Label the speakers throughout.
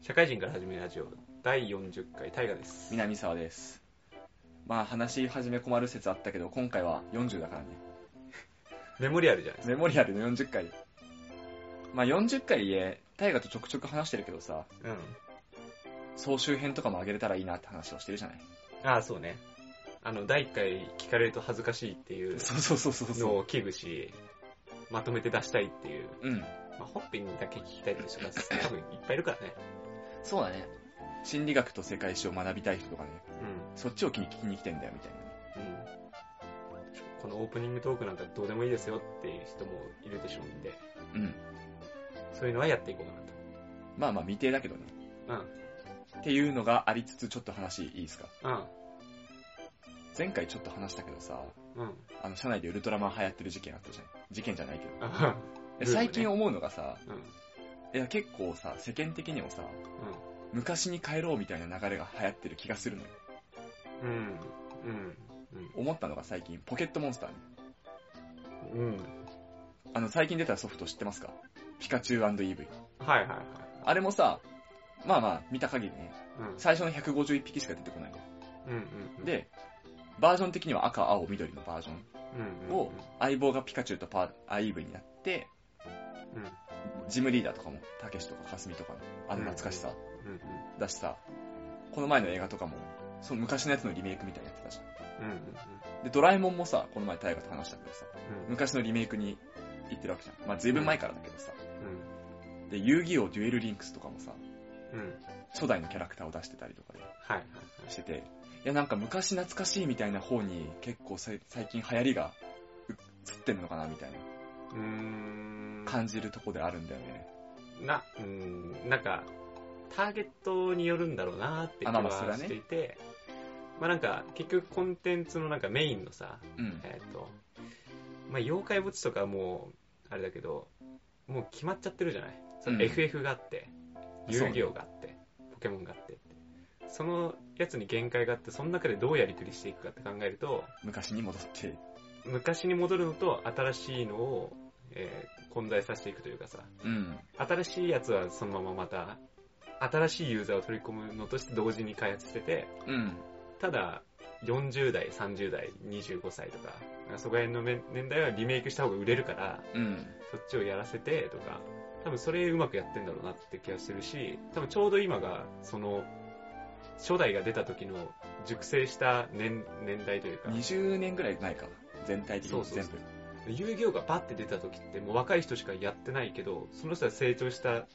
Speaker 1: 社会人から始めるラジオ第40回大河です
Speaker 2: 南沢ですまあ話し始め困る説あったけど今回は40だからね
Speaker 1: メモリアルじゃないです
Speaker 2: メモリアルの40回まあ40回へ大河とちょくちょく話してるけどさ
Speaker 1: かうん
Speaker 2: 総集編とかも上げれたらいいなって話をしてるじゃない
Speaker 1: ああそうねあの第1回聞かれると恥ずかしいっていう
Speaker 2: そうそうそうそう
Speaker 1: の
Speaker 2: そ
Speaker 1: を危惧しまとめて出したいっていう、
Speaker 2: ううん
Speaker 1: まあ、本編だけ聞きたいって 人が多分いっぱいいるからね
Speaker 2: そうだね心理学と世界史を学びたい人とかねそっちを聞きに来てんだよみたいな
Speaker 1: うんうんこのオープニングトークなんかどうでもいいですよっていう人もいるでしょうんで
Speaker 2: うん
Speaker 1: そういうのはやっていこうかなと
Speaker 2: まあまあ未定だけどねっていうのがありつつちょっと話いいですか
Speaker 1: う
Speaker 2: 前回ちょっと話したけどさ
Speaker 1: んうんうん
Speaker 2: あの社内でウルトラマン流行ってる事件あったじゃん事件じゃないけど
Speaker 1: あブームね
Speaker 2: で最近思うのがさ、
Speaker 1: うんうん
Speaker 2: いや結構さ、世間的にもさ、昔に帰ろうみたいな流れが流行ってる気がするのよ。
Speaker 1: うんうん
Speaker 2: 思ったのが最近、ポケットモンスターね。
Speaker 1: うんうん
Speaker 2: あの、最近出たソフト知ってますかピカチュウ &EV。
Speaker 1: はいはいはい
Speaker 2: あれもさ、まあまあ、見た限りね、
Speaker 1: う
Speaker 2: 最初の151匹しか出てこないの。
Speaker 1: んうんうん
Speaker 2: で、バージョン的には赤、青、緑のバージョン。
Speaker 1: うんうん
Speaker 2: を相棒がピカチュウとパー、IEV になって、
Speaker 1: うん
Speaker 2: ジムリーダーとかも、たけしとかかすみとかの、あの懐かしさ
Speaker 1: うん
Speaker 2: だしさ、この前の映画とかも、その昔のやつのリメイクみたいなやつだし。
Speaker 1: うんうん
Speaker 2: で、ドラえもんもさ、この前大河と話したけどさ、
Speaker 1: うん
Speaker 2: 昔のリメイクに行ってるわけじゃん。まあ、随分前からだけどさ。
Speaker 1: うん
Speaker 2: で、遊戯王デュエルリンクスとかもさ、
Speaker 1: うんうん
Speaker 2: 初代のキャラクターを出してたりとかね
Speaker 1: はいはい
Speaker 2: してて、いや、なんか昔懐かしいみたいな方に結構さい最近流行りがう移ってんのかなみたいな
Speaker 1: うーん
Speaker 2: 感じるとこであるんだよね。
Speaker 1: なうんなんかターゲットによるんだろうなーって気
Speaker 2: あまあまあそれ
Speaker 1: は
Speaker 2: はね
Speaker 1: していてまあなんか結局コンテンツのなんかメインのさ
Speaker 2: うん。
Speaker 1: えっとまあ妖怪墓地とかもうあれだけどもう決まっちゃってるじゃないその
Speaker 2: うん
Speaker 1: FF があって、遊
Speaker 2: そうね
Speaker 1: 戯王があって、ポケモンがあってってそのやつに限界があってその中でどうやりくりしていくかって考えると
Speaker 2: 昔に戻って、
Speaker 1: 昔に戻るのと新しいのを、えー混在させていくというかさ
Speaker 2: うん。
Speaker 1: 新しいやつはそのまままた新しいユーザーを取り込むのとして同時に開発してて
Speaker 2: うん。
Speaker 1: ただ40代30代25歳とかそこら辺のめ年代はリメイクした方が売れるから
Speaker 2: うん。
Speaker 1: そっちをやらせてとか、多分それうまくやってんだろうなって気がするし、多分ちょうど今が、その、初代が出た時の熟成した年年代というか、
Speaker 2: 20年ぐらいないか。全体的
Speaker 1: そう
Speaker 2: に
Speaker 1: そう
Speaker 2: 全
Speaker 1: そ
Speaker 2: 部。
Speaker 1: う遊戯王がバッて出た時ってもう若い人しかやってないけど、その人は成長した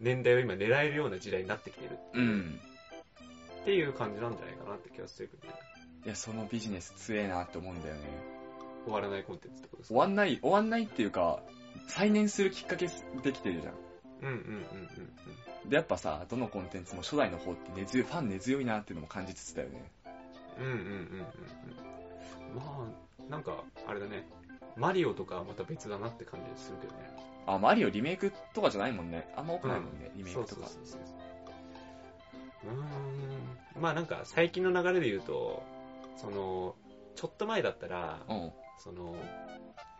Speaker 1: 年代を今狙えるような時代になってきてる
Speaker 2: うん。
Speaker 1: っていう感じなんじゃないかなって気がするけどね。
Speaker 2: いや、そのビジネス強えなって思うんだよね。
Speaker 1: 終わらないコンテンツってことです
Speaker 2: 終
Speaker 1: か
Speaker 2: わんない、終わんないっていうか、再燃するきっかけできてるじゃん。
Speaker 1: うんうんうん
Speaker 2: で、やっぱさ、どのコンテンツも初代の方って根強い、ファン根強いなっていうのも感じつつだよね。
Speaker 1: うんうん。うんうんうんうんうん。まあ、なんか、あれだね。マリオとかはまた別だなって感じするけどね。
Speaker 2: あ、マリオリメイクとかじゃないもんね。あんま多くないもんね、リメイクとか。
Speaker 1: そうそうそうそううーんまあなんか最近の流れで言うとそのちょっと前だったら
Speaker 2: うん。
Speaker 1: その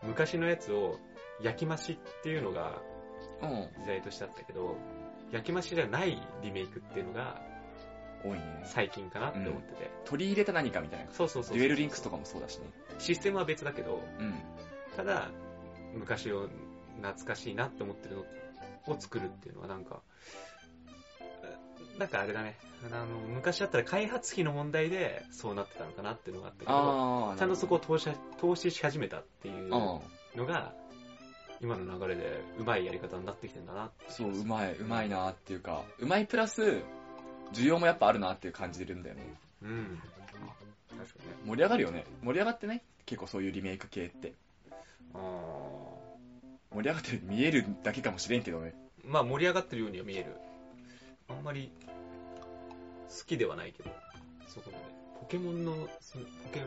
Speaker 1: 昔のやつを焼き増しっていうのが
Speaker 2: うん。
Speaker 1: 時代としてあったけど焼き増しじゃないリメイクっていうのが
Speaker 2: 多いね。
Speaker 1: 最近かなって思ってて、
Speaker 2: 取り入れた何かみたいな。
Speaker 1: そうそうそう
Speaker 2: デュエルリンクスとかもそうだしね。
Speaker 1: システムは別だけど
Speaker 2: うん。
Speaker 1: ただ昔を懐かしいなって思ってるのを作るっていうのはなんかえなんかあれだねあの昔だったら開発費の問題でそうなってたのかなっていうのがあったけど
Speaker 2: あー。
Speaker 1: ちゃんとそこ
Speaker 2: を。
Speaker 1: を投資投資し始めたっていうの
Speaker 2: う
Speaker 1: が今の流れでうまいやり方になってきてんだなって
Speaker 2: ん。そう、うまい、うまいなっていうか、うまいプラス、需要もやっぱあるなっていう感じるんだよね。
Speaker 1: うん確かにね
Speaker 2: 盛り上がるよね。盛り上がってない結構そういうリメイク系って。
Speaker 1: あー
Speaker 2: 盛り上がってる見えるだけかもしれんけどね。
Speaker 1: まあ盛り上がってるようには見えるあんまり好きではないけどそこまでポケモンのそのポケ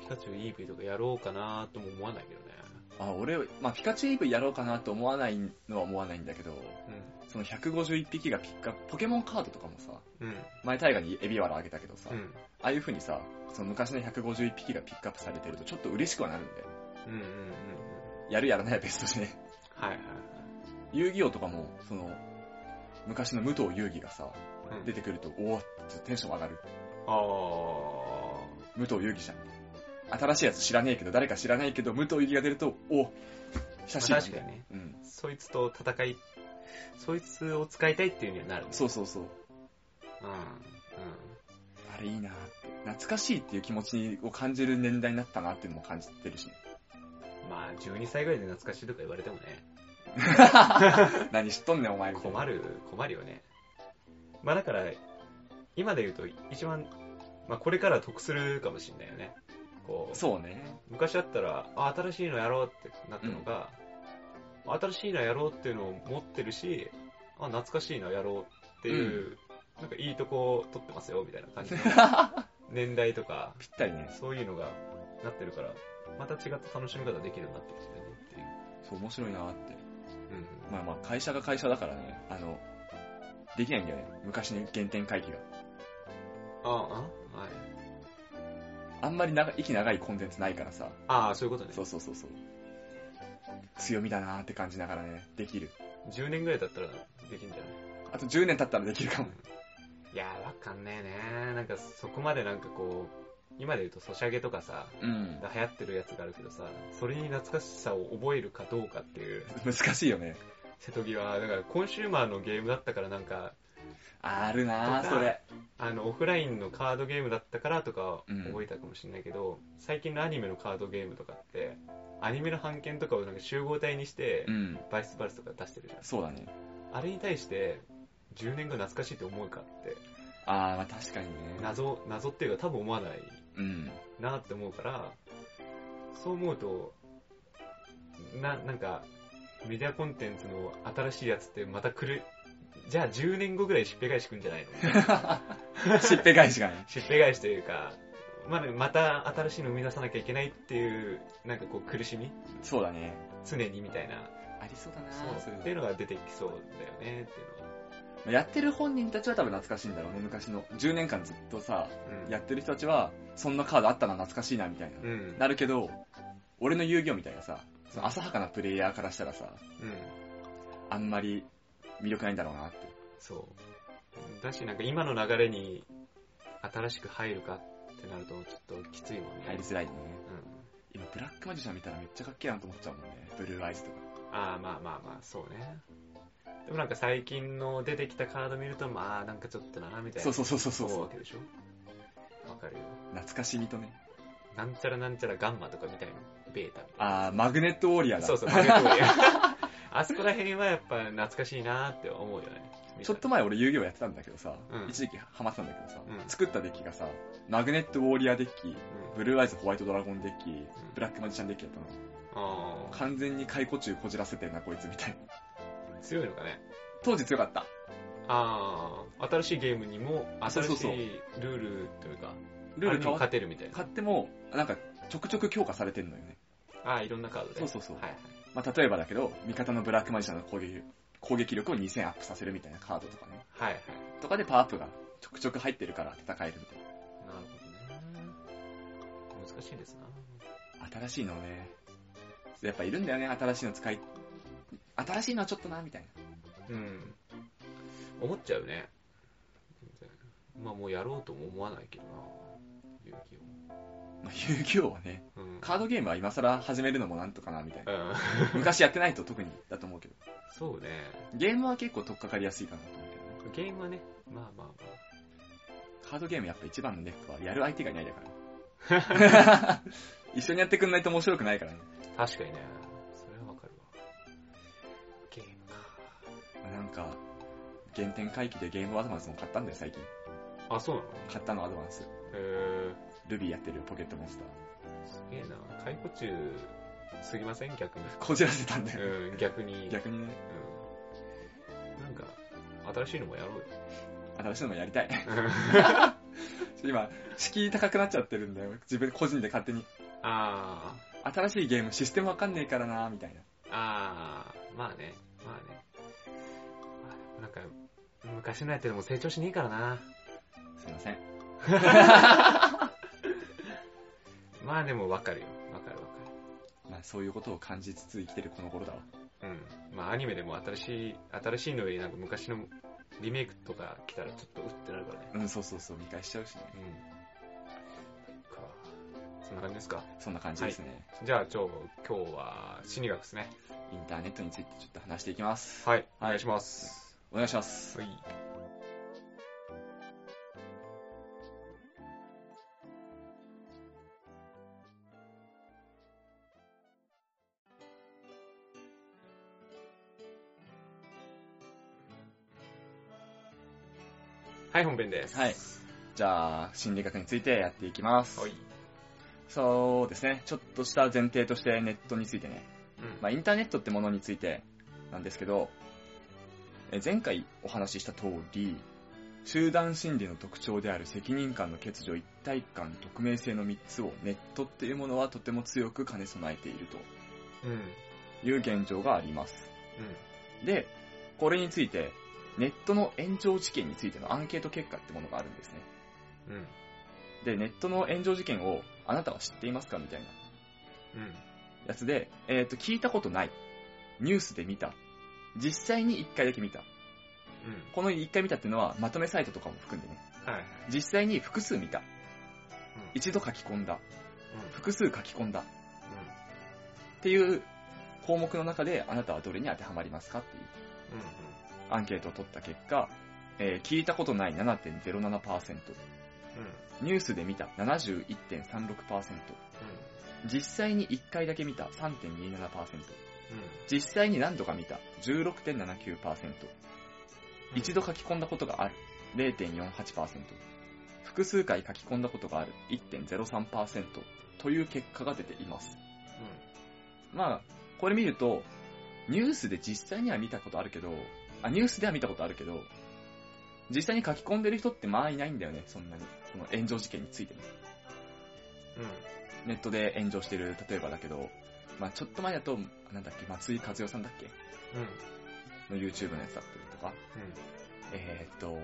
Speaker 1: ピカチュウ EV とかやろうかなとも思わないけどね
Speaker 2: あ、俺、まあ、ピカチュウイブやろうかなと思わないのは思わないんだけど、その151匹がピッカ、ポケモンカードとかもさ、
Speaker 1: うんうん
Speaker 2: 前大河にエビワラあげたけどさ、
Speaker 1: うん
Speaker 2: ああいう風にさ、その昔の151匹がピックアップされてるとちょっと嬉しくはなるんだよ。
Speaker 1: うんうんうんうん
Speaker 2: やるやらないは別としてね。
Speaker 1: はいはいはい
Speaker 2: 遊戯王とかも、その、昔の武藤遊戯がさ、
Speaker 1: うん
Speaker 2: 出てくると、おおってテンション上がる。
Speaker 1: あ
Speaker 2: 武藤遊戯じゃん。新しいやつ知らねえけど、誰か知らないけど、武藤遊戯が出ると、お久しぶ
Speaker 1: まあ
Speaker 2: り
Speaker 1: 確かにね。
Speaker 2: うん。
Speaker 1: ーそいつと戦い、そいつを使いたいっていうにはなるね。
Speaker 2: そうそうそう。
Speaker 1: うん。うん。
Speaker 2: あれいいなって。懐かしいっていう気持ちを感じる年代になったなっていうのも感じてるし、ね、
Speaker 1: まあ、12歳ぐらいで懐かしいとか言われてもね、
Speaker 2: 何知っとんねんお前みたいな
Speaker 1: 困る、困るよね。まあだから、今で言うと一番、まあこれから得するかもしんないよね。こう、
Speaker 2: そうね。
Speaker 1: 昔だったら、あ、新しいのやろうってなったのが、新しいのやろうっていうのを持ってるし、あ、懐かしいのやろうっていう、なんかいいとこ取ってますよ、みたいな感 じの年代とか、
Speaker 2: ぴったりね。
Speaker 1: そういうのがなってるから、また違った楽しみ方できるようになってきてるねっていう。
Speaker 2: そう、面白いなって。
Speaker 1: うん。
Speaker 2: まあまあ、会社が会社だからね、あの、できないんだよね。昔の原点回帰が。
Speaker 1: ああ、あはい。
Speaker 2: あんまり長息長いコンテンツないからさ。
Speaker 1: ああ、そういうことね
Speaker 2: そ。うそうそうそう。強みだなって感じながらね、できる。
Speaker 1: 10年ぐらいだったらできんじゃない
Speaker 2: あと10年経ったらできるかも。
Speaker 1: いやー、わかんねえねなんかそこまでなんかこう、今で言うとソシャゲとかさ、
Speaker 2: うん。
Speaker 1: 流行ってるやつがあるけどさ、それに懐かしさを覚えるかどうかっていう、
Speaker 2: 難しいよね。
Speaker 1: 瀬戸際、だからコンシューマーのゲームだったからなんか、
Speaker 2: あるなぁ、
Speaker 1: と
Speaker 2: そ
Speaker 1: か
Speaker 2: れ。
Speaker 1: あの、オフラインのカードゲームだったからとか
Speaker 2: うん
Speaker 1: 覚えたかもしれないけど、最近のアニメのカードゲームとかって、アニメの版権とかをなんか集合体にして
Speaker 2: う、ん。
Speaker 1: バイスバルスとか出してるじゃん。
Speaker 2: そうだね。
Speaker 1: あれに対して、10年後懐かしいって思うかって、
Speaker 2: あー、まあ確かにね。
Speaker 1: 謎、謎っていうか多分思わない
Speaker 2: うん。
Speaker 1: なって思うから、そう思うと、な、なんか、メディアコンテンツの新しいやつってまた来る、じゃあ10年後ぐらいしっぺ返し来るんじゃないの
Speaker 2: しっぺ返しがね。
Speaker 1: しっぺ返しというか、まあね、また新しいの生み出さなきゃいけないっていう、なんかこう苦しみ
Speaker 2: そうだね。
Speaker 1: 常にみたいな、
Speaker 2: ありそうだ
Speaker 1: そうっていうのが出てきそうだよねって
Speaker 2: やってる本人たちは多分懐かしいんだろうね、昔の。10年間ずっとさ、
Speaker 1: いうのは。うん。
Speaker 2: やってる人たちは、そんなカードあったな、懐かしいな、みたいな。
Speaker 1: うん。
Speaker 2: なるけど、俺の遊戯王みたいなさ、その浅はかなプレイヤーからしたらさ、
Speaker 1: うん。
Speaker 2: あんまり魅力ないんだろうなって。
Speaker 1: そう。だし、なんか今の流れに新しく入るかってなるとちょっときついもんね。
Speaker 2: 入りづらいね。
Speaker 1: うん。
Speaker 2: 今、ブラックマジシャン見たらめっちゃかっけえなと思っちゃうもんね。ブルーアイズとか。
Speaker 1: ああ、まあまあまあ、そうね。でもなんか最近の出てきたカード見ると、まあなんかちょっとな、みたい
Speaker 2: そ
Speaker 1: な。
Speaker 2: うそうそうそうそう
Speaker 1: 思う
Speaker 2: そ
Speaker 1: わ
Speaker 2: う。
Speaker 1: けでしょわかるよ。
Speaker 2: 懐かしみとね。
Speaker 1: なんちゃらなんちゃらガンマとかみたいな。ベータみたい
Speaker 2: あー、マグネットウォリアー
Speaker 1: な。
Speaker 2: だ。
Speaker 1: そうそう、マグネットウォリアー あそこら辺はやっぱ懐かしいなーって思うよね。
Speaker 2: ちょっと前俺遊戯王やってたんだけどさ、
Speaker 1: うん
Speaker 2: 一時期ハマってたんだけどさ、
Speaker 1: うん
Speaker 2: 作ったデッキがさ、マグネットウォーリアーデッキ、
Speaker 1: うん。
Speaker 2: ブルーアイズホワイトドラゴンデッキ、ブラックマジシャンデッキだったの。
Speaker 1: あー
Speaker 2: 完全に解雇中こじらせてんな、こいつみたいな。
Speaker 1: 強いのかね。
Speaker 2: 当時強かった。
Speaker 1: ああ、新しいゲームにも、
Speaker 2: そ
Speaker 1: 新
Speaker 2: うそう
Speaker 1: し
Speaker 2: そう
Speaker 1: いルールというか、
Speaker 2: ルー
Speaker 1: あれ
Speaker 2: ル
Speaker 1: に
Speaker 2: 変
Speaker 1: も
Speaker 2: わっ
Speaker 1: 勝てるみたいな。
Speaker 2: 買っても、なんか、ちょくちょく強化されてんのよね。
Speaker 1: ああ、いろんなカードで。
Speaker 2: そうそうそう
Speaker 1: はいはい。
Speaker 2: まあ、例えばだけど、味方のブラックマジシャンの攻撃、攻撃力を2000アップさせるみたいなカードとかね。
Speaker 1: はいはい。
Speaker 2: とかでパワーアップがちょくちょく入ってるから戦えるみたい
Speaker 1: なるほどね。難しいですな。
Speaker 2: な。新しいのね。やっぱいるんだよね、新しいの使い。新しいのはちょっとな、みたいな。
Speaker 1: うん。思っちゃうね。全然まあもうやろうとも思わないけどな。勇気
Speaker 2: まあ、遊戯王はね、
Speaker 1: を。うん。
Speaker 2: カードゲームは今更始めるのもなんとかな、みたいな。
Speaker 1: うん。
Speaker 2: 昔やってないと特にだと思うけど。
Speaker 1: そうね。
Speaker 2: ゲームは結構取っかかりやすいかなと思うけどね。
Speaker 1: ゲームはね、まあまあまあ。
Speaker 2: カードゲームやっぱ一番のネックはやる相手がいないだから。 一緒にやってくんないと面白くないからね。
Speaker 1: 確かにね。それはわかるわ。ゲームか。
Speaker 2: まあなんか、原点回帰でゲームアドバンスも買ったんだよ、最近。
Speaker 1: あ、そうなの
Speaker 2: 買ったのアドバンス。
Speaker 1: へ
Speaker 2: ルビーやってるよ、ポケットモンスター。
Speaker 1: ー。すげえな。解雇中、すぎません逆に。
Speaker 2: こじらせたんだよ。
Speaker 1: うん、逆に。
Speaker 2: 逆にね、
Speaker 1: うん。なんか、新しいのもやろうよ。
Speaker 2: 新しいのもやり たい。今、敷居高くなっちゃってるんだよ。自分個人で勝手に。
Speaker 1: あー。
Speaker 2: 新しいゲーム、システムわかんねえからなみたいな。
Speaker 1: あー、まあね、まあね。まあでもなんか、昔のやつでも成長しねえからな。
Speaker 2: すいません。
Speaker 1: まあでもわかるよ。わかるわか
Speaker 2: まあ、そういうことを感じつつ生きてるこの頃だわ。
Speaker 1: る。うん。まあアニメでも新しい、新しいのよりなんか昔のリメイクとか来たらちょっとうってなるからね。
Speaker 2: うん、そうそうそう、見返しちゃうしね。
Speaker 1: うん。か。そんな感じですか。
Speaker 2: そんな感じですね。
Speaker 1: じゃあ、今日、今日は心理学ですね。
Speaker 2: インターネットについてちょっと話していきます。
Speaker 1: はい。お願いします。
Speaker 2: お願いします。
Speaker 1: はい。はい、本編です。
Speaker 2: はい。じゃあ、心理学についてやっていきます。
Speaker 1: はい。
Speaker 2: そうですね。ちょっとした前提としてネットについてね。
Speaker 1: うん。
Speaker 2: まあ、インターネットってものについてなんですけど、え前回お話しした通り、集団心理の特徴である責任感の欠如、一体感、匿名性の3つをネットっていうものはとても強く兼ね備えている
Speaker 1: うん。
Speaker 2: という現状があります。で、これについて、ネットの炎上事件についてのアンケート結果ってものがあるんですね。
Speaker 1: うん。うん。
Speaker 2: で、ネットの炎上事件をあなたは知っていますかみたいな
Speaker 1: うん。
Speaker 2: やつで、えっ、と、聞いたことない。ニュースで見た。実際に1回だけ見た。
Speaker 1: うん。
Speaker 2: この1回見たっていうのは、まとめサイトとかも含んでね。
Speaker 1: はい。
Speaker 2: 実際に複数見た。
Speaker 1: うん。
Speaker 2: 一度書き込んだ。
Speaker 1: うん。
Speaker 2: 複数書き込んだ。っていう項目の中で、あなたはどれに当てはまりますかっていう
Speaker 1: うん。うん。
Speaker 2: アンケートを取った結果、えー聞いたことない7.07%、
Speaker 1: うん。
Speaker 2: ニュースで見た71.36%、実際に1回だけ見た3.27%、
Speaker 1: うん。
Speaker 2: 実際に何度か見た
Speaker 1: う
Speaker 2: 16.79%、
Speaker 1: ん。
Speaker 2: 一度書き込んだことがある0.48%複数回書き込んだことがある1.03%という結果が出ていますまあこれ見るとニュースで実際には見たことあるけどあニュースでは見たことあるけど実際に書き込んでる人ってまあいないんだよねそんなにその炎上事件についても
Speaker 1: うん。うん。
Speaker 2: ネットで炎上してる例えばだけどまあちょっと前だとなんだっけ松井和代さんだっけ
Speaker 1: うん。
Speaker 2: の YouTube のやつだったりとか
Speaker 1: うん。
Speaker 2: えーっと、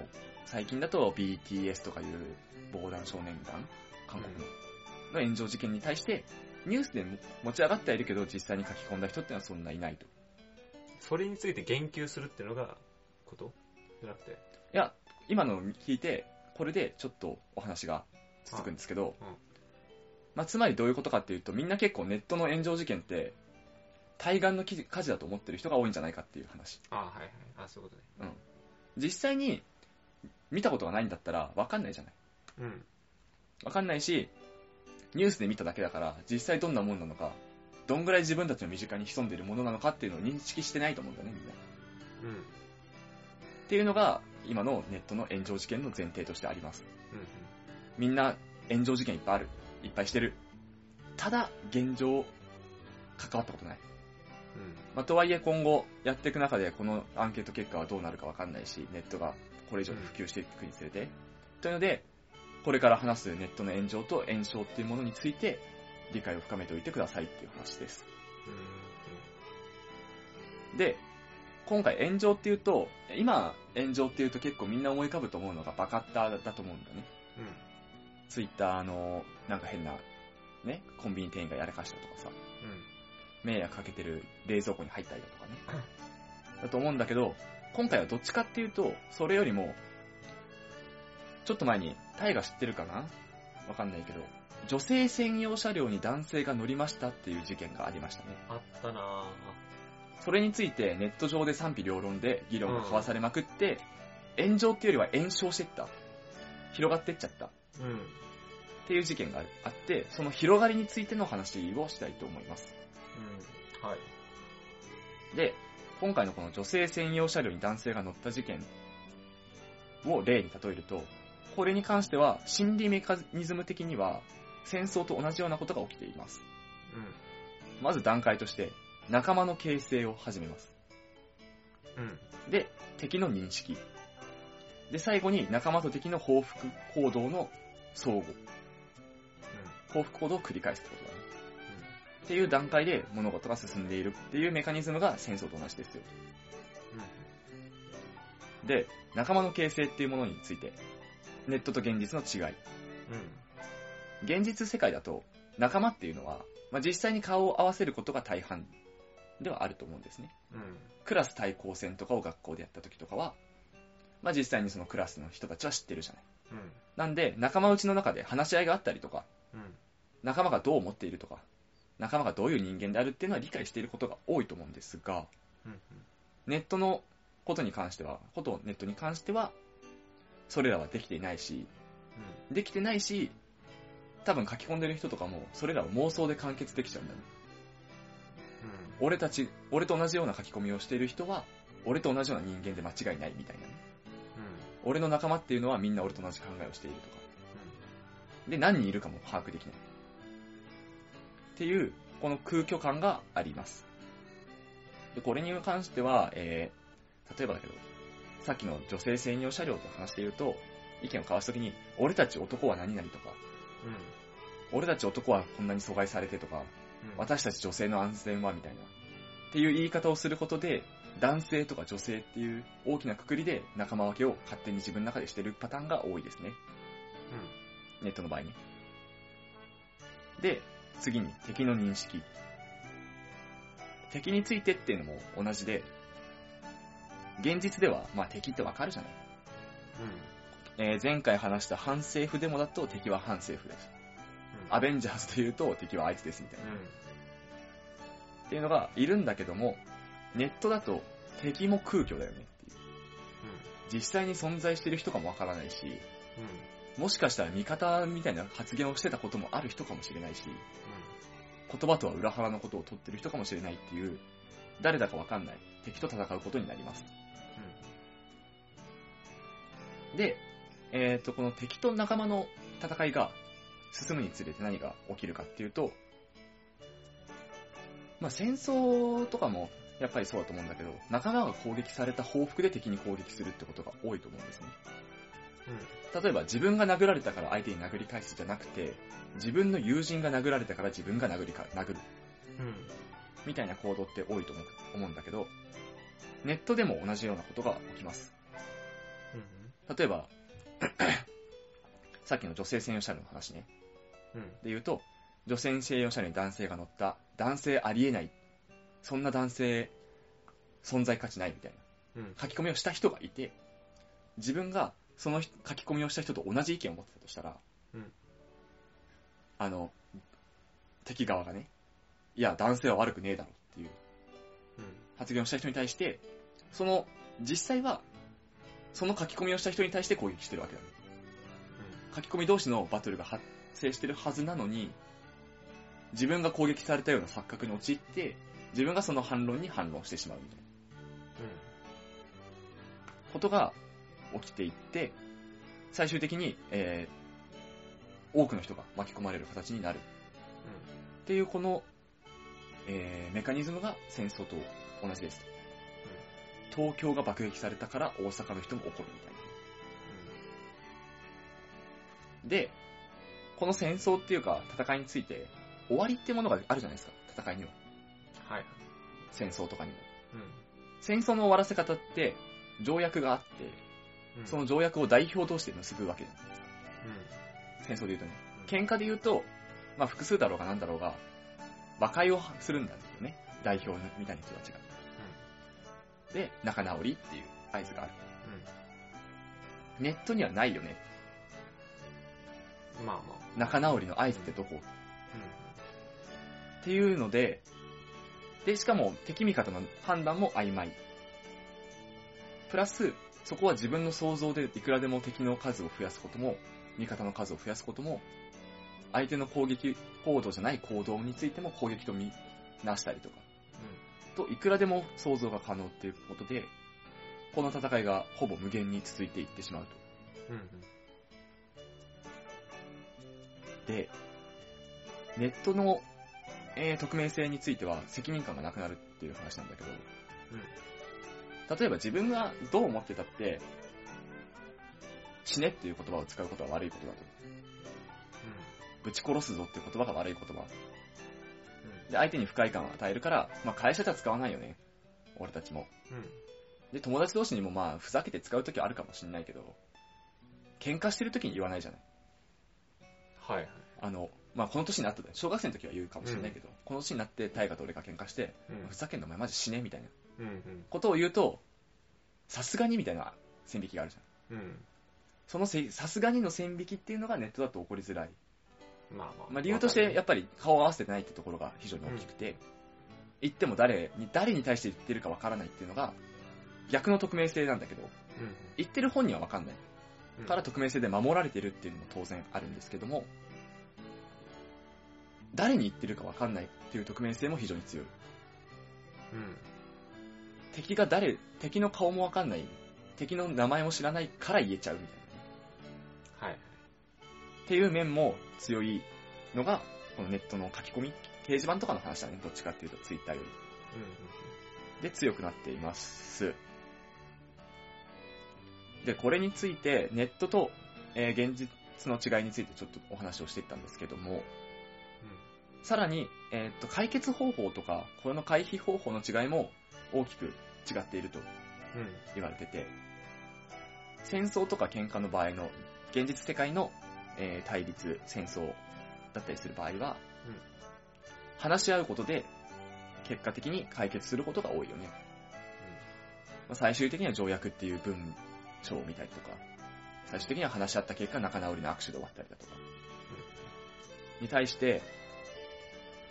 Speaker 2: 最近だと BTS とかいう防弾少年団、韓国のの炎上事件に対して、ニュースで持ち上がってはいるけど、実際に書き込んだ人ってのはそんないないと。い
Speaker 1: それについて言及するっていうのがことじゃなくて。
Speaker 2: や、今のを聞いて、これでちょっとお話が続くんですけど、
Speaker 1: あうん
Speaker 2: まあ、つまりどういうことかっていうと、みんな結構ネットの炎上事件って、対岸の記事火事だと思ってる人が多いんじゃないかっていう話。
Speaker 1: あはいはい。あそういうこ
Speaker 2: 実際に見たことがないんだったら、わかんないじゃない。
Speaker 1: とね。
Speaker 2: わかんないし、ニュースで見ただけだから、実際どんなもんなのか、どんぐらい自分たちの身近に潜んでるものなのかっていうのを認識してないと思うんだよね、みんな。っ
Speaker 1: うん。うん。うん。
Speaker 2: ていうのが、今のネットの炎上事件の前提としてあります。みんな炎上事件いっぱいある。いっぱいしてる。ただ、現状、関わったことない。まあ、とはいえ今後、やっていく中で、このアンケート結果はどうなるかわかんないし、ネットがこれ以上普及していくにつれて。というので、これから話すネットの炎上と炎症っていうものについて、理解を深めておいてくださいっていう話です。で、今回炎上っていうと、今炎上っていうと結構みんな思い浮かぶと思うのがバカッターだと思うんだね。
Speaker 1: うん。うん。うん。
Speaker 2: ツイッターのなんか変な、ね、コンビニ店員がやらかしたとかさ、迷惑かけてる冷蔵庫に入ったりだとかね。だと思うんだけど、今回はどっちかっていうと、それよりも、ちょっと前に、タイが知ってるかなわかんないけど、女性専用車両に男性が乗りましたっていう事件がありましたね。
Speaker 1: あったなぁ。
Speaker 2: それについてネット上で賛否両論で議論が交わされまくって、炎上っていうよりは炎症してった。広がってっちゃった。っ
Speaker 1: うん。うん。
Speaker 2: ていう事件があって、その広がりについての話をしたいと思います。
Speaker 1: はい。
Speaker 2: で、今回のこの女性専用車両に男性が乗った事件を例に例えると、これに関しては心理メカニズム的には戦争と同じようなことが起きています。まず段階として、仲間の形成を始めます。
Speaker 1: うん。うん。
Speaker 2: で、敵の認識。で、最後に仲間と敵の報復行動の相互。報復行動を繰り返すってことだね。っていう段階で物事が進んでいるっていうメカニズムが戦争と同じですよ。
Speaker 1: うん。
Speaker 2: で、仲間の形成っていうものについて、ネットと現実の違い。
Speaker 1: うん。
Speaker 2: 現実世界だと、仲間っていうのは、まあ、実際に顔を合わせることが大半ではあると思うんですね。
Speaker 1: うん。うん。
Speaker 2: クラス対抗戦とかを学校でやった時とかは、まあ実際にそのクラスの人たちは知ってるじゃない。
Speaker 1: うん。
Speaker 2: なんで、仲間内の中で話し合いがあったりとか、
Speaker 1: うん。
Speaker 2: 仲間がどう思っているとか、仲間がどういう人間であるっていうのは理解していることが多いと思うんですが、
Speaker 1: うん。
Speaker 2: ネットのことに関しては、ことネットに関しては、それらはできていないし、できてないし、多分書き込んでる人とかも、それらを妄想で完結できちゃうんだね。
Speaker 1: う
Speaker 2: 俺たち、俺と同じような書き込みをしている人は、俺と同じような人間で間違いないみたいなね。
Speaker 1: ん。うん。
Speaker 2: 俺の仲間っていうのはみんな俺と同じ考えをしているとか。で、何人いるかも把握できない。っていう、この空虚感があります。で、これに関しては、えー、例えばだけど、さっきの女性専用車両と話していると、意見を交わすときに、俺たち男は何々とか、
Speaker 1: うん。うん。
Speaker 2: 俺たち男はこんなに阻害されてとか、私たち女性の安全はみたいな。っていう言い方をすることで、男性とか女性っていう大きな括りで仲間分けを勝手に自分の中でしてるパターンが多いですね。ネットの場合ね。で、次に敵の認識。敵についてっていうのも同じで、現実では、まあ敵ってわかるじゃない。
Speaker 1: うん。
Speaker 2: えー前回話した反政府デモだと敵は反政府です。
Speaker 1: うん。
Speaker 2: アベンジャーズというと敵はあいつですみたいな
Speaker 1: う。ん。
Speaker 2: っていうのがいるんだけども、ネットだと敵も空虚だよねっていう。実際に存在してる人かもわからないし、
Speaker 1: うん。うん。
Speaker 2: もしかしたら味方みたいな発言をしてたこともある人かもしれないし、言葉とは裏腹のことを取ってる人かもしれないっていう、誰だかわかんない敵と戦うことになります。で、えっ、と、この敵と仲間の戦いが進むにつれて何が起きるかっていうと、まあ、戦争とかもやっぱりそうだと思うんだけど、仲間が攻撃された報復で敵に攻撃するってことが多いと思うんですね。例えば自分が殴られたから相手に殴り返すじゃなくて、自分の友人が殴られたから自分が殴りか、殴る。
Speaker 1: うん。うん。
Speaker 2: みたいな行動って多いと思う思うんだけど、ネットでも同じようなことが起きます。例えば、 さっきの女性専用車両の話ね。
Speaker 1: うん。うん。
Speaker 2: で言うと、女性専用車両に男性が乗った、男性ありえない。そんな男性、存在価値ないみたいな。
Speaker 1: うん
Speaker 2: 書き込みをした人がいて、自分がその人書き込みをした人と同じ意見を持ってたとしたら、
Speaker 1: うん
Speaker 2: あの、敵側がね、いや、男性は悪くねえだろっていう発言をした人に対して、その、実際は、その書き込みをした人に対して攻撃してるわけだね。書き込み同士のバトルが発生してるはずなのに、自分が攻撃されたような錯覚に陥って、自分がその反論に反論してしまうみたいなことが起きていって、最終的に、えー、多くの人が巻き込まれる形になるっていうこの、えー、メカニズムが戦争と同じです。東京が爆撃されたから大阪の人も怒るみたいな。で、この戦争っていうか戦いについて、終わりってものがあるじゃないですか。戦いには。
Speaker 1: はい。
Speaker 2: 戦争とかにも。
Speaker 1: うん。
Speaker 2: 戦争の終わらせ方って、条約があって、
Speaker 1: うん。
Speaker 2: その条約を代表同士で結ぶわけじゃないですか。
Speaker 1: うん。
Speaker 2: 戦争で言うとね。喧嘩で言うと、まあ複数だろうが何だろうが、和解をするんだけどね。代表みたいな人たちが。で、仲直りっていう合図がある。ネットにはないよね。
Speaker 1: うん。まあまあ。
Speaker 2: 仲直りの合図ってどこっていうので、で、しかも敵味方の判断も曖昧。プラス、そこは自分の想像でいくらでも敵の数を増やすことも、味方の数を増やすことも、相手の攻撃行動じゃない行動についても攻撃と見なしたりとか、といくらでも想像が可能っていうことで、この戦いがほぼ無限に続いていってしまうと。
Speaker 1: うん。うん。
Speaker 2: で、ネットの、えー匿名性については責任感がなくなるっていう話なんだけど、例えば自分がどう思ってたって、死ねっていう言葉を使うことは悪いことだと。ぶち殺すぞっていう言葉が悪い言葉。で、相手に不快感を与えるから、まあ会社では使わないよね。俺たちも。
Speaker 1: うん。うん。
Speaker 2: で、友達同士にもまあふざけて使う時はあるかもしんないけど、喧嘩してる時に言わないじゃない。
Speaker 1: はい。
Speaker 2: あの、まあこの年になった、小学生の時は言うかもしんないけど、この年になって大河と俺が喧嘩して、
Speaker 1: うん
Speaker 2: ふざけんなお前マジ死ねみたいな
Speaker 1: うん。うん。
Speaker 2: ことを言うと、さすがにみたいな線引きがあるじゃん。
Speaker 1: うん。
Speaker 2: そのせさすがにの線引きっていうのがネットだと起こりづらい。
Speaker 1: まあまあ。
Speaker 2: まあ、理由としてやっぱり顔を合わせてないってところが非常に大きくて、言っても誰に誰に対して言ってるかわからないっていうのが逆の匿名性なんだけど言ってる本人はわかんない
Speaker 1: うん。
Speaker 2: から匿名性で守られてるっていうのも当然あるんですけども誰に言ってるかわかんないっていう匿名性も非常に強い
Speaker 1: うん。
Speaker 2: 敵が誰敵の顔もわかんない敵の名前も知らないから言えちゃうみたいな
Speaker 1: はい。
Speaker 2: っていう面も強いのがこのネットの書き込み掲示板とかの話だねどっちかっていうとツイッターよりで強くなっています。で、これについてネットと、えー現実の違いについてちょっとお話をしていったんですけども、さらに、えーっと、解決方法とか、この回避方法の違いも大きく違っていると
Speaker 1: うん。うん。うん。
Speaker 2: 言われてて、戦争とか喧嘩の場合の、現実世界の、えー対立、戦争だったりする場合は、
Speaker 1: うん
Speaker 2: 話し合うことで、結果的に解決することが多いよね。まあ最終的には条約っていう文章を見たりとか、最終的には話し合った結果仲直りの握手で終わったりだとか、に対して、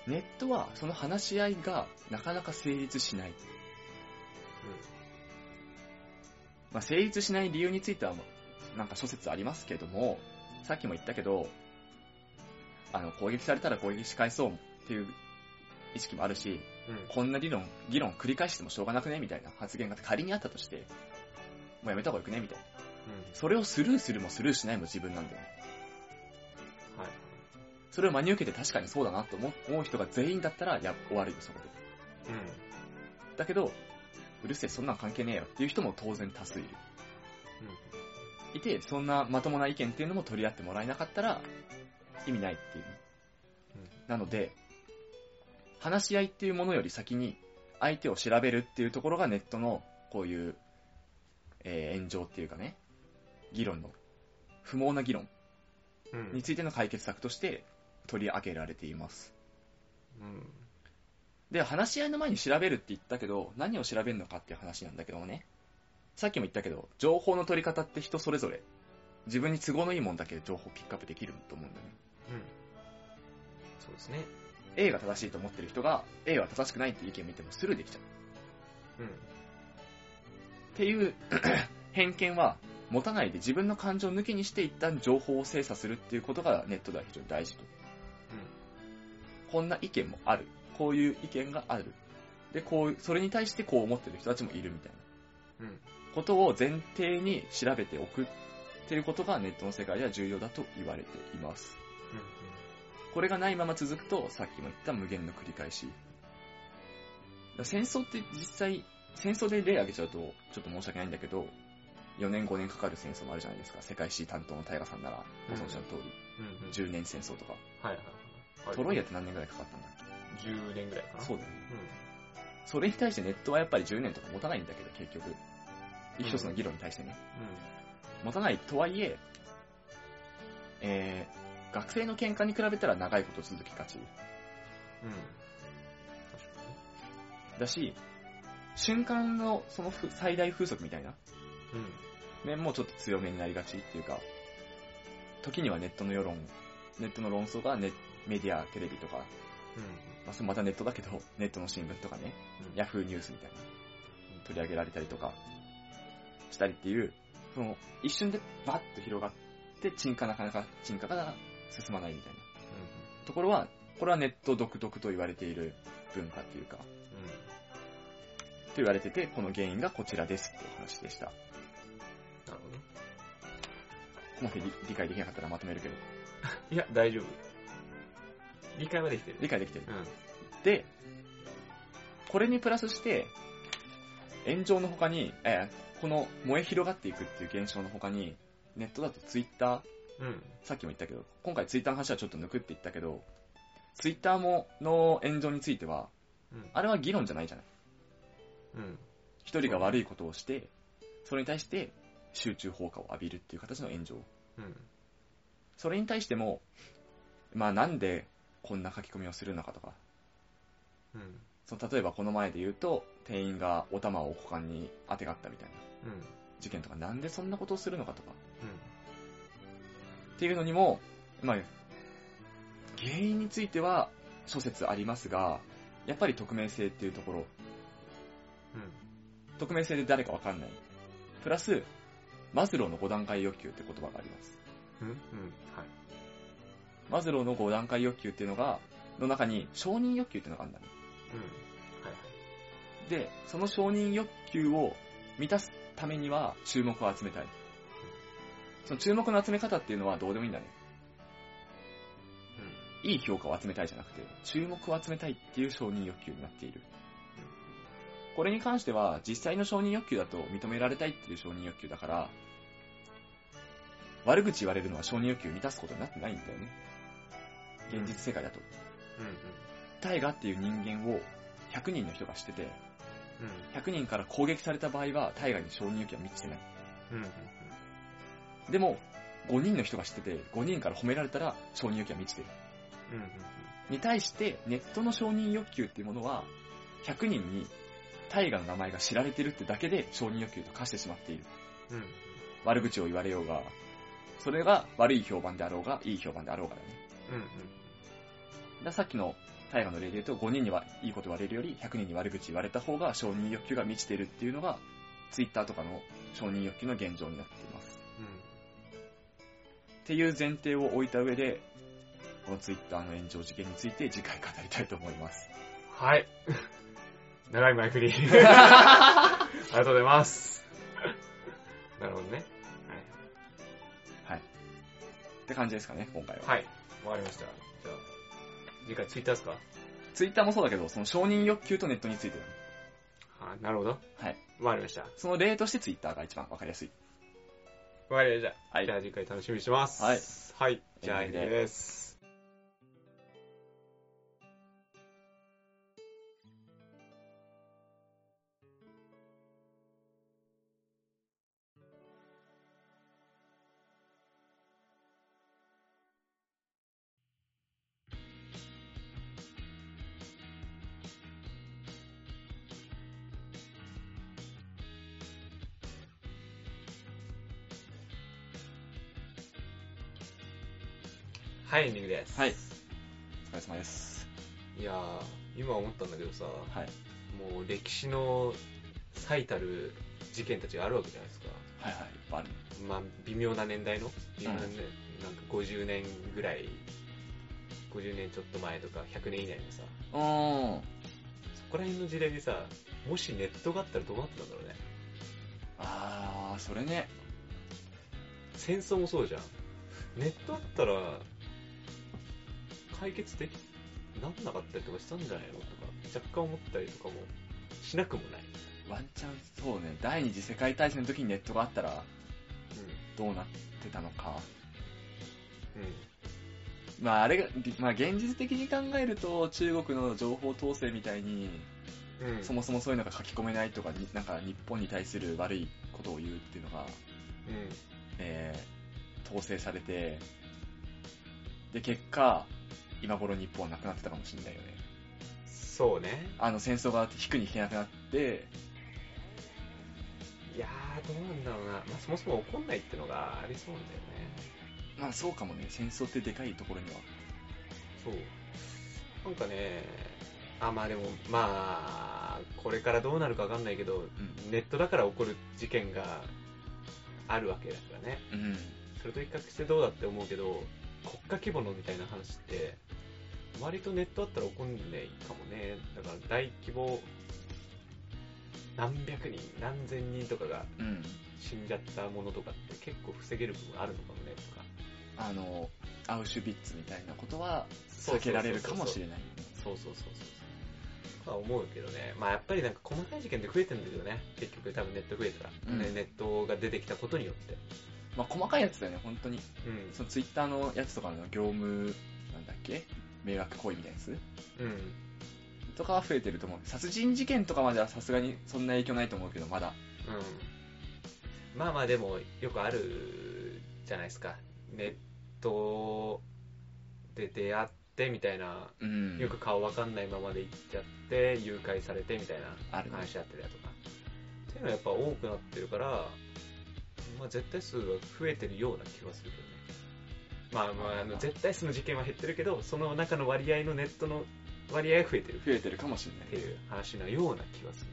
Speaker 2: ネットはその話し合いがなかなか成立しない。まあ、成立しない理由については、なんか諸説ありますけども、さっきも言ったけど、あの、攻撃されたら攻撃し返そうっていう意識もあるし、
Speaker 1: うん。うん。
Speaker 2: こんな理論、議論繰り返してもしょうがなくねみたいな発言が仮にあったとして、もうやめた方がよくねみたいな。それをスルーするもスルーしないも自分なんだよね。
Speaker 1: はい。
Speaker 2: それを真に受けて確かにそうだなと思う思う人が全員だったら、いや、終わるよ、そこで。
Speaker 1: うん。
Speaker 2: だけど、うるせえ、そんなん関係ねえよっていう人も当然多数いる。いて、そんなまともな意見っていうのも取り合ってもらえなかったら、意味ないっていう。なので、話し合いっていうものより先に、相手を調べるっていうところがネットの、こういう、えー炎上っていうかね、議論の、不毛な議論
Speaker 1: うん。うん
Speaker 2: に。ついての解決策として取り上げられています。
Speaker 1: うん。
Speaker 2: で、話し合いの前に調べるって言ったけど、何を調べるのかっていう話なんだけどもね。さっきも言ったけど、情報の取り方って人それぞれ、自分に都合のいいもんだけ情報をピックアップできると思うんだよね。
Speaker 1: うん。そうですね。
Speaker 2: A が正しいと思ってる人が、A は正しくないって意見見てもスルーできちゃう。
Speaker 1: うん。
Speaker 2: っていう 偏見は持たないで自分の感情を抜きにして一旦情報を精査するっていうことがネットでは非常に大事と。こんな意見もある。こういう意見がある。で、こういう、それに対してこう思ってる人たちもいるみたいな。
Speaker 1: うん。うん。
Speaker 2: ことを前提に調べておくっていうことがネットの世界では重要だと言われています。これがないまま続くと、さっきも言った無限の繰り返し。戦争って実際、戦争で例挙げちゃうと、ちょっと申し訳ないんだけど、4年5年かかる戦争もあるじゃないですか。世界史担当の平さんなら、ご存知の通り、
Speaker 1: うん。うん。
Speaker 2: 10年戦争とか。
Speaker 1: はいはいはい。
Speaker 2: トロイアって何年くらいかかったんだっ
Speaker 1: 10年ぐらいか
Speaker 2: け
Speaker 1: な。。
Speaker 2: そううだよね。
Speaker 1: うん。
Speaker 2: それに対してネットはやっぱり10年とか持たないんだけど、結局。一つの議論に対してね。持たないとはいえ、えー、学生の喧嘩に比べたら長いこと続きがち
Speaker 1: うん。うん。
Speaker 2: だし、瞬間のそのふ最大風速みたいな
Speaker 1: うん。
Speaker 2: 面もちょっと強めになりがちっていうか、時にはネットの世論、ネットの論争がネメディア、テレビとか、
Speaker 1: う
Speaker 2: まあ、それまたネットだけど、ネットの新聞とかね、
Speaker 1: ん。
Speaker 2: ヤフーニュースみたいな、取り上げられたりとか、したりっていう、その、一瞬でバッと広がって、沈下なかなか、沈下が進まないみたいな。ところは、これはネット独特と言われている文化っていうか、と
Speaker 1: う
Speaker 2: 言われてて、この原因がこちらですっていう話でした。こ
Speaker 1: ん。なるほどね。
Speaker 2: こまで理理解できなかったらまとめるけど、
Speaker 1: いや、大丈夫。理解はできてる。
Speaker 2: 理解できてる
Speaker 1: う。ん。
Speaker 2: で、これにプラスして、炎上の他に、えーこの燃え広がっていくっていう現象の他に、ネットだとツイッター、
Speaker 1: うん。
Speaker 2: さっきも言ったけど、今回ツイッターの話はちょっと抜くって言ったけど、ツイッターも、の炎上については、
Speaker 1: うん。
Speaker 2: あれは議論じゃないじゃない。
Speaker 1: うん。
Speaker 2: 一人が悪いことをして、それに対して集中放火を浴びるっていう形の炎上。
Speaker 1: うん。
Speaker 2: それに対しても、まあなんでこんな書き込みをするのかとか、
Speaker 1: うん。
Speaker 2: その例えばこの前で言うと、店員がお玉を股間に当てがったみたいな。
Speaker 1: うん。
Speaker 2: 事件とか、なんでそんなことをするのかとか、っていうのにも、まあ、原因については諸説ありますが、やっぱり匿名性っていうところ、
Speaker 1: うん。うん。
Speaker 2: 匿名性で誰かわかんない。プラス、マズローの5段階欲求って言葉があります。
Speaker 1: うん。うん。はい。
Speaker 2: マズローの5段階欲求っていうのが、の中に承認欲求っていうのがあるんだね。
Speaker 1: うん。はい。
Speaker 2: で、その承認欲求を満たすためには注目を集めたい。その注目の集め方っていうのはどうでもいいんだね。いい評価を集めたいじゃなくて、注目を集めたいっていう承認欲求になっている。これに関しては、実際の承認欲求だと認められたいっていう承認欲求だから、悪口言われるのは承認欲求を満たすことになってないんだよね。現実世界だと。
Speaker 1: うん。うん。
Speaker 2: タイガっていう人間を100人の人が知ってて、
Speaker 1: うん。
Speaker 2: 100人から攻撃された場合は、タイガに承認欲求は満ちてない。
Speaker 1: うん。うん。
Speaker 2: でも、5人の人が知ってて、5人から褒められたら承認欲求は満ちてる。
Speaker 1: うん。
Speaker 2: に対して、ネットの承認欲求っていうものは、100人にタイガの名前が知られてるってだけで承認欲求と化してしまっている。
Speaker 1: うん。うん。
Speaker 2: 悪口を言われようが、それが悪い評判であろうが、いい評判であろうがだね。
Speaker 1: うん。
Speaker 2: だからさっきの大河の例で言うと、5人にはいいこと言われるより、100人に悪口言われた方が承認欲求が満ちているっていうのが、ツイッターとかの承認欲求の現状になっています。っていう前提を置いた上で、このツイッターの炎上事件について次回語りたいと思います。
Speaker 1: はい。長い前振り。ありがとうございます。なるほどね。
Speaker 2: って感じですかね、今回は。
Speaker 1: はい。わかりました。じゃあ、次回ツイッターですか
Speaker 2: ツイッターもそうだけど、その承認欲求とネットについてだね
Speaker 1: あなるほど。
Speaker 2: はい。
Speaker 1: わかりました。
Speaker 2: その例としてツイッターが一番わかりやすい。
Speaker 1: わかりました。
Speaker 2: はい
Speaker 1: じゃあ次回楽しみにしてます。
Speaker 2: はい。
Speaker 1: はい。じゃあ、い
Speaker 2: エン
Speaker 1: い
Speaker 2: ディング
Speaker 1: です。はい、エンディングです。
Speaker 2: はい。お疲れ様です。
Speaker 1: いやー、今思ったんだけどさ、
Speaker 2: はい。
Speaker 1: もう歴史の最たる事件たちがあるわけじゃないですか。
Speaker 2: はいはい。いっぱいあるね。
Speaker 1: まあ、微妙な年代の、微妙なねなんか50年ぐらい、50年ちょっと前とか100年以内のさ、
Speaker 2: うーん。
Speaker 1: そこら辺の時代でさ、もしネットがあったらどうなってたんだろうね。
Speaker 2: あー、それね。
Speaker 1: 戦争もそうじゃん。ネットあったら、解決でき、なんなかったりとかしたんじゃないのとか、若干思ったりとかも、しなくもない。
Speaker 2: ワンチャン、そうね。第二次世界大戦の時にネットがあったら、
Speaker 1: うん。
Speaker 2: どうなってたのか。
Speaker 1: うん。
Speaker 2: まあ、あれが、りまあ、現実的に考えると、中国の情報統制みたいに、
Speaker 1: うん
Speaker 2: そもそもそういうのが書き込めないとか、になんか日本に対する悪いことを言うっていうのが、
Speaker 1: うん。
Speaker 2: えー、統制されて、で、結果、今頃日本はなくなってたかもしれないよね。
Speaker 1: そうね。
Speaker 2: あの戦争があって引くに引けなくなって、
Speaker 1: いやー、どうなんだろうな。まあ、そもそも怒んないってのがありそうなんだよね。
Speaker 2: まあそうかもね、戦争ってでかいところには。
Speaker 1: そう。なんかね、あ、まあでも、まあ、これからどうなるかわかんないけど、ネットだから起こる事件があるわけだからね。
Speaker 2: うん。うん。
Speaker 1: それと比較してどうだって思うけど、国家規模のみたいな話って、割とネットあったら起こんないかもね。だから大規模、何百人、何千人とかが
Speaker 2: うん。
Speaker 1: 死んじゃったものとかって結構防げる部分あるのかもねとか
Speaker 2: あの、アウシュビッツみたいなことは
Speaker 1: そう
Speaker 2: 避けられるかもし
Speaker 1: ない
Speaker 2: れないよね。
Speaker 1: そうそうそうそうとは思うけどねまあやっぱりなんか細かい事件って増えてるんだけどね結局多分ネット増えたら、
Speaker 2: うん
Speaker 1: ねネットが出てきたことによって
Speaker 2: まあ細かいやつだよね、本当に。
Speaker 1: うん
Speaker 2: そのツイッターのやつとかの業務、なんだっけ迷惑行為みたいなやつ
Speaker 1: うん
Speaker 2: とかは増えてると思う。殺人事件とかまではさすがにそんな影響ないと思うけど、まだ。
Speaker 1: うんまあまあでもよくあるじゃないですかネットで出会ってみたいな
Speaker 2: うん。
Speaker 1: よく顔わかんないままで行っちゃって誘拐されてみたいな
Speaker 2: あるね
Speaker 1: 話だったりだとか、いうのはやっぱ多くなってるから、まあ、絶対数は増えてるような気はするけどね。まあまあ、あの絶対数の事件は減ってるけど、その中の割合のネットの割合は増えてるっ
Speaker 2: 増えてるかもしれない
Speaker 1: ていう話なような気はする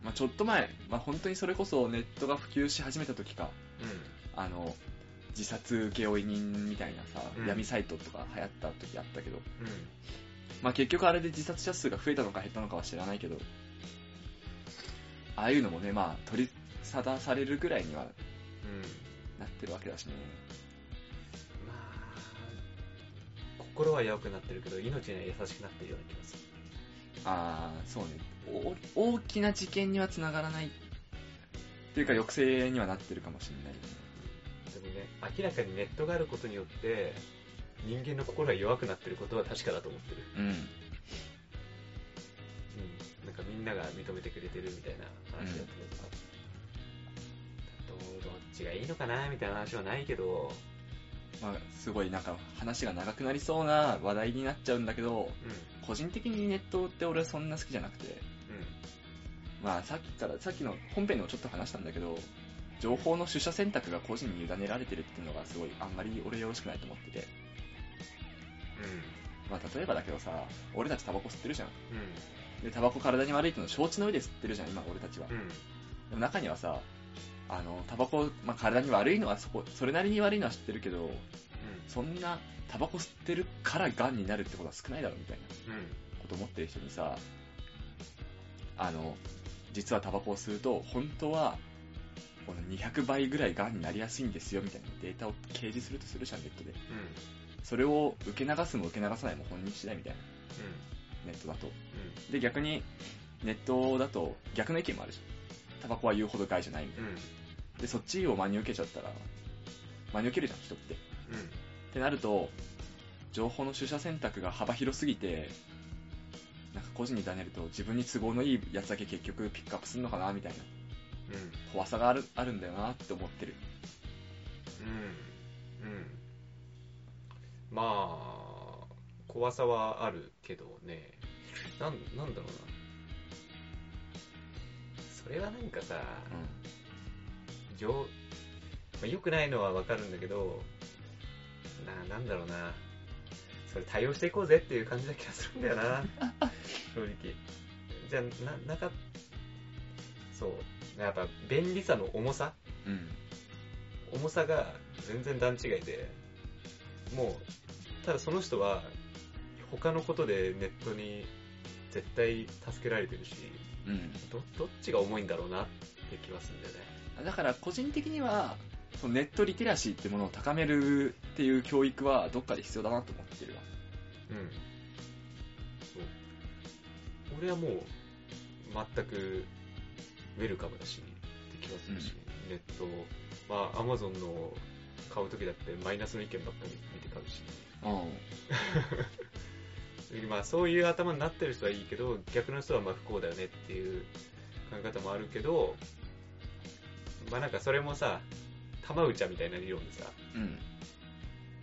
Speaker 2: まあ、ちょっと前、まあ、本当にそれこそネットが普及し始めた時か
Speaker 1: けどね。
Speaker 2: あの自殺請負人みたいなさ、
Speaker 1: うん
Speaker 2: 闇サイトとか流行った時あったけど、
Speaker 1: うん。うん。
Speaker 2: まあ、結局あれで自殺者数が増えたのか減ったのかは知らないけどああいうのもね、まあ、取り沙汰されるぐらいには
Speaker 1: うん。
Speaker 2: なってるわけだしね
Speaker 1: まあ、心は弱くなってるけど、命には優しくなってるような気がする。
Speaker 2: ああそうねお大きな事件にはつながらないっていうか抑制にはなってるかもしれないよね
Speaker 1: でもね、明らかにネットがあることによって、人間の心が弱くなってることは確かだと思ってる。
Speaker 2: うん
Speaker 1: うん。なんかみんなが認めてくれてるみたいな話だったけどさ、どうどっちがいいのかなみたいな話はないけど、
Speaker 2: まあ、すごいなんか話が長くなりそうな話題になっちゃうんだけど
Speaker 1: うん。
Speaker 2: 個人的にネットって俺はそんな好きじゃなくて
Speaker 1: うん。
Speaker 2: まあさっきからさっきの本編でもちょっと話したんだけど情報の取捨選択が個人に委ねられてるっていうのがすごいあんまり俺よろしくないと思っててまあ例えばだけどさ俺たちタバコ吸ってるじゃん
Speaker 1: う
Speaker 2: でタバコ体に悪いっての承知の上で吸ってるじゃん今俺たちは
Speaker 1: ん。うん。うん。
Speaker 2: でも中にはさあのタバコ、まあ、体に悪いのはそこそれなりに悪いのは知ってるけどそんなタバコ吸ってるから癌になるってことは少ないだろみたいな
Speaker 1: うん。
Speaker 2: こと思ってる人にさあの実はタバコを吸うと本当はこの200倍ぐらいがんになりやすいんですよみたいなデータを掲示するとするじゃんネットで
Speaker 1: うん。
Speaker 2: それを受け流すも受け流さないも本人次第みたいなネットだとで逆にネットだと逆の意見もあるじゃんタバコは言うほど害じゃないみた
Speaker 1: う
Speaker 2: い
Speaker 1: ん。う
Speaker 2: な
Speaker 1: ん。
Speaker 2: でそっちを真に受けちゃったら真に受けるじゃん人って
Speaker 1: うん。
Speaker 2: ってなると情報の取捨選択が幅広すぎてなんか個人に委ねると自分に都合のいいやつだけ結局ピックアップするのかなみたいな
Speaker 1: うん。
Speaker 2: 怖さがあるあるんだよなって思ってる
Speaker 1: うん。うん。まあ、怖さはあるけどね。なん、なんだろうな。それはなんかさ、
Speaker 2: う
Speaker 1: 上、まあ、良くないのはわかるんだけど、な、なんだろうな。それ対応していこうぜっていう感じな気がするんだよな。正直。じゃあ、な、なか、そう。やっぱ、便利さの重さ
Speaker 2: んうん
Speaker 1: 重さが全然段違いで、もう、ただその人は、他のことでネットに絶対助けられてるし、
Speaker 2: うん
Speaker 1: ど、どっちが重いんだろうなって気はするんだよね。
Speaker 2: だから個人的にはそのネットリテラシーってものを高めるっていう教育はどっかで必要だなと思ってるわ
Speaker 1: うん。そう。俺はもう、全く、ウェルカムだし、って気はするし、ネット、まあ、アマゾンの買う時だってマイナスの意見ばっかり見て買うし、
Speaker 2: うん
Speaker 1: まあそういう頭になってる人はいいけど、逆の人はまあ不幸だよねっていう考え方もあるけど、まあなんかそれもさ、玉打ちゃみたいな理論でさ、
Speaker 2: うん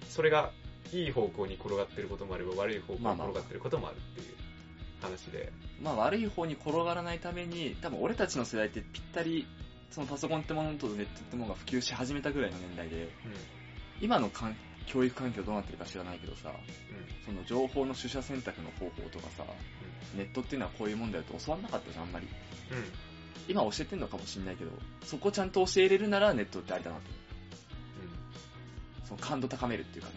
Speaker 1: それがいい方向に転がってることもあれば悪い方向に
Speaker 2: まあまあ
Speaker 1: 転がってることもあるっていう話で。
Speaker 2: まあ悪い方に転がらないために多分俺たちの世代ってぴったりそのパソコンってものとネットってものが普及し始めたぐらいの年代で今のかん教育環境どうなってるか知らないけどさその情報の取捨選択の方法とかさ、ネットっていうのはこういうもんだよって教わんなかったじゃんあんまり
Speaker 1: うん。うん。うん。
Speaker 2: 今教えてんのかもしんないけどそこちゃんと教えれるならネットってありだなとその感度高めるっていうかね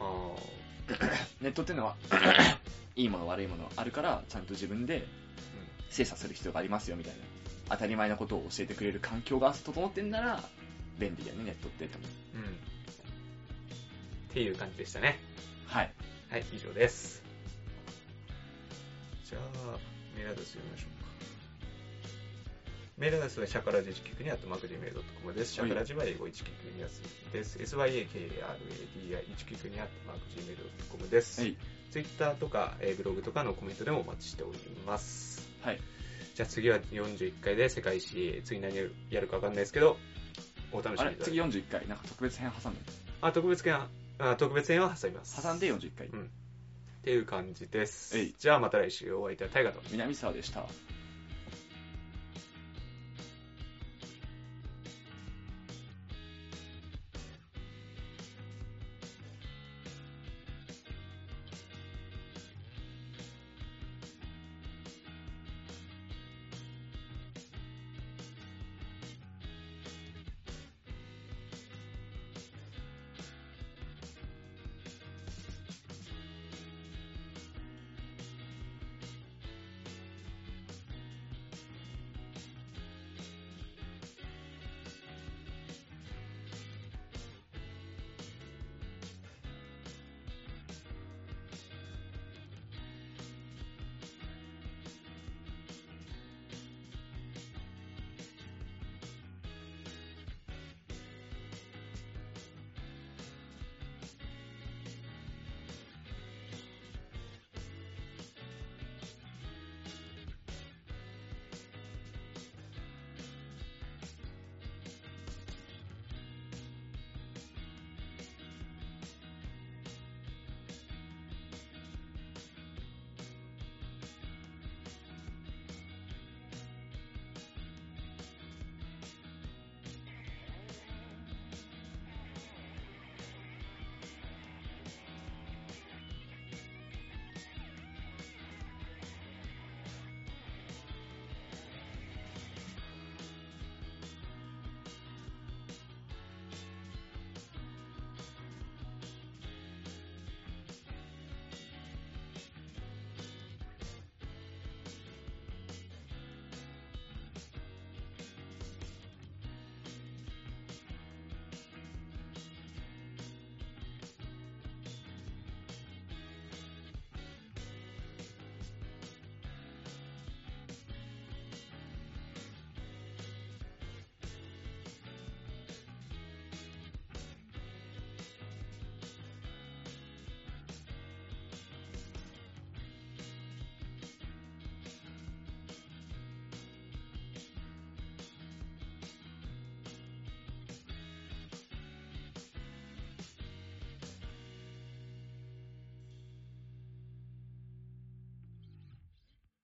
Speaker 1: ああ。
Speaker 2: ネットっていう のはいいもの悪いものあるからちゃんと自分で精査する必要がありますよみたいな当たり前なことを教えてくれる環境が整ってんなら便利だよねネットってと思う
Speaker 1: うん。うん。っていう感じでしたね。
Speaker 2: はい
Speaker 1: はい、以上です。じゃあ、メールアドレス読みましょうか。メールアドレスはシャカラジ1 9 2 m a g m a i l c o m です。シャカラジは英語1 9 2やつです。syakara1992 magmail.com です。
Speaker 2: はい、
Speaker 1: ツイッターとか、えーブログとかのコメントでもお待ちしております。
Speaker 2: はい、
Speaker 1: じゃあ次は41回で世界史、次何やるかわかんないですけど、お楽し
Speaker 2: あ
Speaker 1: み
Speaker 2: れ
Speaker 1: に
Speaker 2: 次41回なんか特別編挟んで
Speaker 1: あ、特別編、あ特別編は挟みます。
Speaker 2: 挟んで41回
Speaker 1: っていう感じです
Speaker 2: えい。
Speaker 1: じゃあまた来週お会いいたいタイガと。
Speaker 2: 南沢でした